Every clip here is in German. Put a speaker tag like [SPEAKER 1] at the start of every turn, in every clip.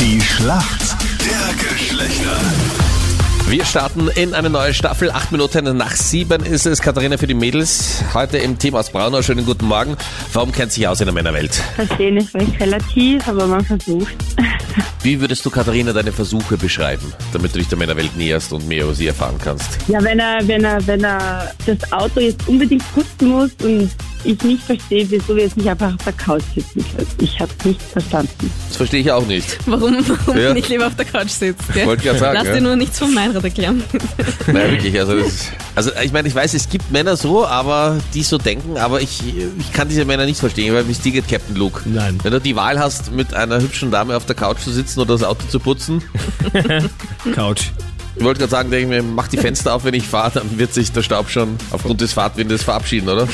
[SPEAKER 1] Die Schlacht der Geschlechter.
[SPEAKER 2] Wir starten in eine neue Staffel. Acht Minuten nach sieben ist es. Katharina für die Mädels. Heute im Team aus Braunau. Schönen guten Morgen. Warum kennt sich aus in der Männerwelt?
[SPEAKER 3] Verstehe nicht recht relativ, aber man versucht.
[SPEAKER 2] Wie würdest du Katharina deine Versuche beschreiben, damit du dich der Männerwelt näherst und mehr über sie erfahren kannst?
[SPEAKER 3] Ja, wenn er, wenn er, wenn er das Auto jetzt unbedingt putzen muss und ich nicht verstehe, wieso wir jetzt nicht einfach auf der Couch sitzen können. Ich habe es nicht verstanden.
[SPEAKER 2] Das verstehe ich auch nicht.
[SPEAKER 4] Warum, warum
[SPEAKER 2] Ja.
[SPEAKER 4] du nicht lieber auf der Couch sitzt. Gell?
[SPEAKER 2] Wollte gerade sagen,
[SPEAKER 4] Lass
[SPEAKER 2] ja.
[SPEAKER 4] dir nur nichts vom Meinrad erklären.
[SPEAKER 2] Nein, wirklich. Also, das, also ich meine, ich weiß, es gibt Männer so, aber die so denken, aber ich, ich kann diese Männer nicht verstehen, weil mich ticket Captain Luke.
[SPEAKER 5] Nein.
[SPEAKER 2] Wenn du die Wahl hast, mit einer hübschen Dame auf der Couch zu sitzen oder das Auto zu putzen,
[SPEAKER 5] Couch.
[SPEAKER 2] ich wollte gerade sagen, denke ich mir, mach die Fenster auf, wenn ich fahre, dann wird sich der Staub schon aufgrund des Fahrtwindes verabschieden, oder?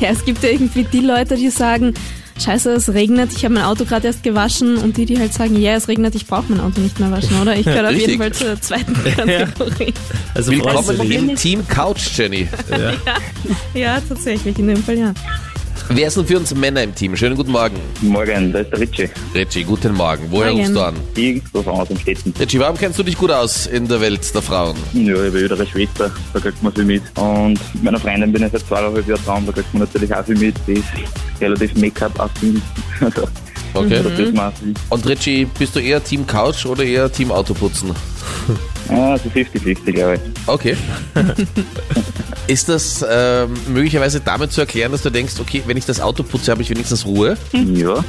[SPEAKER 4] Ja, es gibt ja irgendwie die Leute, die sagen, scheiße, es regnet, ich habe mein Auto gerade erst gewaschen und die, die halt sagen, ja, es regnet, ich brauche mein Auto nicht mehr waschen, oder? Ich gehöre auf
[SPEAKER 2] Richtig.
[SPEAKER 4] jeden Fall zur zweiten Kategorie.
[SPEAKER 5] Also brauchst du
[SPEAKER 2] Willkommen
[SPEAKER 5] die.
[SPEAKER 2] im Team Couch, Jenny.
[SPEAKER 4] Ja, tatsächlich, in dem Fall ja.
[SPEAKER 2] Wer ist denn für uns Männer im Team? Schönen guten Morgen.
[SPEAKER 6] Morgen, da ist der Ritsche.
[SPEAKER 2] Reggie, guten Morgen. Woher
[SPEAKER 4] Morgen.
[SPEAKER 2] rufst du an?
[SPEAKER 6] Irgendwo von aus dem Städten.
[SPEAKER 2] Reggie, warum kennst du dich gut aus in der Welt der Frauen?
[SPEAKER 6] Ja, ich bin ältere Schwester, da kriegt man viel mit. Und mit meiner Freundin bin ich seit zweieinhalb Jahren dran, da kriegt man natürlich auch viel mit. Die ist relativ Make-up-affin. Also,
[SPEAKER 2] Okay.
[SPEAKER 6] da kriegt man auch viel.
[SPEAKER 2] Und Reggie, bist du eher Team Couch oder eher Team Autoputzen?
[SPEAKER 6] Ja, Ah, so 50-50, glaube ich.
[SPEAKER 2] Okay. Ist das ähm, möglicherweise damit zu erklären, dass du denkst, okay, wenn ich das Auto putze, habe ich wenigstens Ruhe?
[SPEAKER 4] Mhm.
[SPEAKER 6] Ja.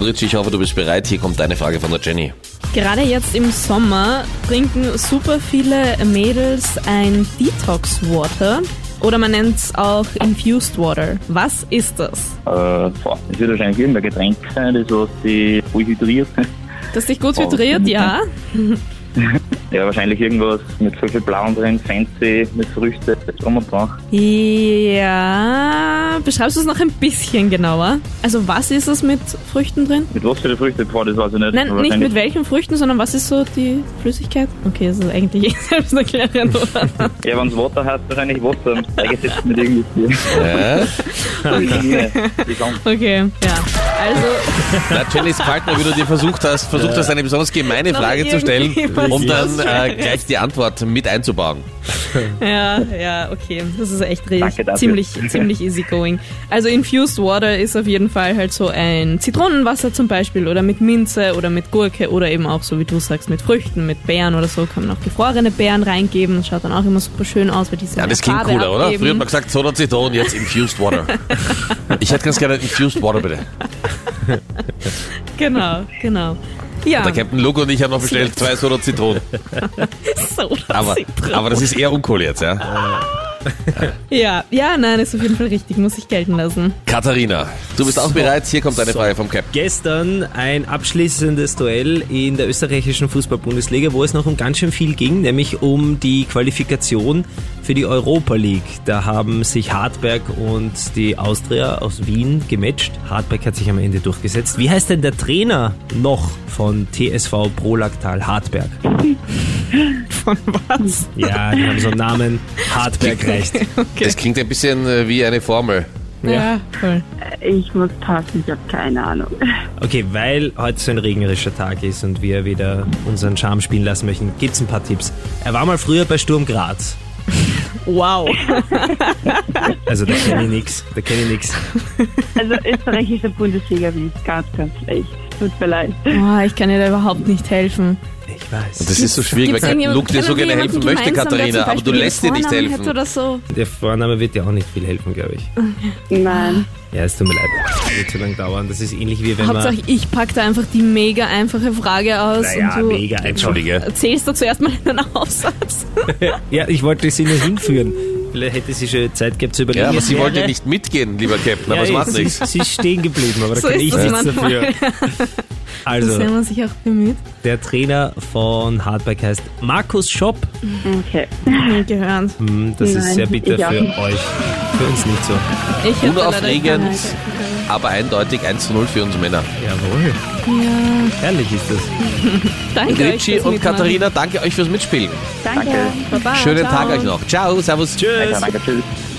[SPEAKER 2] Richie, ich hoffe, du bist bereit. Hier kommt deine Frage von der Jenny.
[SPEAKER 4] Gerade jetzt im Sommer trinken super viele Mädels ein Detox Water oder man nennt es auch Infused Water. Was ist das?
[SPEAKER 6] Äh, boah, das wird wahrscheinlich irgendein Getränk sein, das was die voll hydriert.
[SPEAKER 4] Das dich gut
[SPEAKER 6] Oh.
[SPEAKER 4] hydriert, ja.
[SPEAKER 6] Ja, wahrscheinlich irgendwas mit so viel Blauen drin, fancy, mit Früchte, das drum und dran.
[SPEAKER 4] Ja, beschreibst du es noch ein bisschen genauer? Also was ist es mit Früchten drin?
[SPEAKER 6] Mit was für die Früchte, boah, das weiß ich nicht.
[SPEAKER 4] Nein, nicht mit
[SPEAKER 6] Wahrscheinlich-
[SPEAKER 4] welchen Früchten, sondern was ist so die Flüssigkeit? Okay, das ist eigentlich eh selbst erklärend, oder?
[SPEAKER 6] Ja, wenn es Wasser heißt, wahrscheinlich Wasser. Eigentlich mit irgendwie.
[SPEAKER 2] Äh?
[SPEAKER 6] Die ganze
[SPEAKER 4] Okay, ja. Also,
[SPEAKER 2] Na, Jenny, es gefällt mir, wie du dir versucht hast, versucht hast, eine besonders gemeine
[SPEAKER 4] Noch
[SPEAKER 2] Frage zu stellen,
[SPEAKER 4] irgendwie was
[SPEAKER 2] um dann äh,
[SPEAKER 4] Schönes.
[SPEAKER 2] gleich die Antwort mit einzubauen.
[SPEAKER 4] ja, ja, okay. Das ist echt
[SPEAKER 6] Danke
[SPEAKER 4] richtig,
[SPEAKER 6] dafür.
[SPEAKER 4] ziemlich, ziemlich easygoing. Also Infused Water ist auf jeden Fall halt so ein Zitronenwasser zum Beispiel oder mit Minze oder mit Gurke oder eben auch so, wie du sagst, mit Früchten, mit Beeren oder so. Kann man auch gefrorene Beeren reingeben. Das schaut dann auch immer super schön aus, weil die so
[SPEAKER 2] Ja,
[SPEAKER 4] eine
[SPEAKER 2] das klingt
[SPEAKER 4] Farbe
[SPEAKER 2] cooler, oder?
[SPEAKER 4] abgeben.
[SPEAKER 2] Früher hat man gesagt, Soda Zitronen, jetzt Infused Water. Ich hätte ganz gerne Infused Water, bitte.
[SPEAKER 4] Genau, genau. Ja,
[SPEAKER 2] Der Captain Luke und ich haben noch bestellt zwei Soda Zitronen.
[SPEAKER 4] so, das
[SPEAKER 2] Aber,
[SPEAKER 4] sieht drauf.
[SPEAKER 2] aber das ist eher uncool jetzt, ja?
[SPEAKER 4] ja, ja, nein, ist auf jeden Fall richtig, muss ich gelten lassen.
[SPEAKER 2] Katharina, du bist auch
[SPEAKER 5] So.
[SPEAKER 2] bereit. Hier kommt eine
[SPEAKER 5] So.
[SPEAKER 2] Frage vom Captain.
[SPEAKER 5] Gestern ein abschließendes Duell in der österreichischen Fußball-Bundesliga, wo es noch um ganz schön viel ging, nämlich um die Qualifikation für die Europa League. Da haben sich Hartberg und die Austria aus Wien gematcht. Hartberg hat sich am Ende durchgesetzt. Wie heißt denn der Trainer noch von TSV Prolaktal Hartberg?
[SPEAKER 4] Von was?
[SPEAKER 5] Ja, die haben so einen Namen. Hartberg reicht.
[SPEAKER 2] Das klingt ein bisschen äh, wie eine Formel.
[SPEAKER 4] Ja, voll.
[SPEAKER 3] Ich muss passen, ich habe keine Ahnung.
[SPEAKER 5] Okay, weil heute so ein regnerischer Tag ist und wir wieder unseren Charme spielen lassen möchten, gibt's ein paar Tipps. Er war mal früher bei Sturm Graz.
[SPEAKER 4] Wow.
[SPEAKER 5] Also da kenne ich nix, da kenne ich nix.
[SPEAKER 3] Also österreichische Bundesliga bin ich ganz, ganz schlecht. Tut mir leid.
[SPEAKER 4] Boah, Oh, ich kann dir da überhaupt nicht helfen.
[SPEAKER 5] Ich weiß.
[SPEAKER 2] Das ist so schwierig, weil
[SPEAKER 4] Gibt's
[SPEAKER 2] Captain
[SPEAKER 4] irgendjemand-
[SPEAKER 2] Luke dir so
[SPEAKER 4] kennen wir
[SPEAKER 2] gerne
[SPEAKER 4] jemanden
[SPEAKER 2] helfen möchte,
[SPEAKER 4] gemeinsam, der
[SPEAKER 2] Katharina,
[SPEAKER 4] zum
[SPEAKER 2] aber du
[SPEAKER 4] Beispiel
[SPEAKER 2] lässt dir nicht
[SPEAKER 4] Vornamen hätte
[SPEAKER 2] helfen.
[SPEAKER 4] Oder so.
[SPEAKER 5] Der Vorname wird dir auch nicht viel helfen, glaube ich.
[SPEAKER 3] Nein.
[SPEAKER 5] Ja, es tut mir leid. Das wird zu lang dauern. Das ist ähnlich wie wenn
[SPEAKER 4] Hauptsache,
[SPEAKER 5] man...
[SPEAKER 4] ich pack da einfach die mega einfache Frage aus
[SPEAKER 5] Naja,
[SPEAKER 4] und du
[SPEAKER 5] mega einfach.
[SPEAKER 2] Entschuldige.
[SPEAKER 4] erzählst da zuerst mal einen Aufsatz.
[SPEAKER 5] Ja, ich wollte sie nur hinführen. Vielleicht hätte sie schon Zeit gehabt zu überlegen.
[SPEAKER 2] Ja, aber
[SPEAKER 5] Es
[SPEAKER 2] sie
[SPEAKER 5] wäre-
[SPEAKER 2] wollte nicht mitgehen, lieber Captain, aber es
[SPEAKER 5] eh,
[SPEAKER 2] macht
[SPEAKER 5] sie-
[SPEAKER 2] nichts.
[SPEAKER 5] Sie ist stehen geblieben, aber da
[SPEAKER 4] So
[SPEAKER 5] kann
[SPEAKER 4] ist
[SPEAKER 5] ich
[SPEAKER 4] das
[SPEAKER 5] nichts
[SPEAKER 4] manchmal.
[SPEAKER 5] dafür.
[SPEAKER 4] Das
[SPEAKER 5] Also,
[SPEAKER 4] haben wir sich auch bemüht.
[SPEAKER 5] der Trainer von Hardback heißt Markus Schopp.
[SPEAKER 3] Okay.
[SPEAKER 4] Nie gehört.
[SPEAKER 5] Hm, Das ist
[SPEAKER 3] Nein,
[SPEAKER 5] sehr bitter
[SPEAKER 3] ich auch
[SPEAKER 5] für
[SPEAKER 3] nicht.
[SPEAKER 5] euch. Für uns nicht so.
[SPEAKER 4] Ich hab da leider
[SPEAKER 2] Unaufregend,
[SPEAKER 4] keine-
[SPEAKER 2] aber eindeutig 1 zu 0 für uns Männer.
[SPEAKER 5] Jawohl. Ja. Ehrlich ist das.
[SPEAKER 4] Danke euch
[SPEAKER 2] Richie
[SPEAKER 4] fürs
[SPEAKER 2] und
[SPEAKER 4] Mitmachen.
[SPEAKER 2] Katharina, danke euch fürs Mitspielen.
[SPEAKER 3] Danke.
[SPEAKER 4] Baba,
[SPEAKER 2] Schönen
[SPEAKER 4] ciao.
[SPEAKER 2] Tag euch noch. Ciao, servus. Tschüss.
[SPEAKER 6] Danke, tschüss.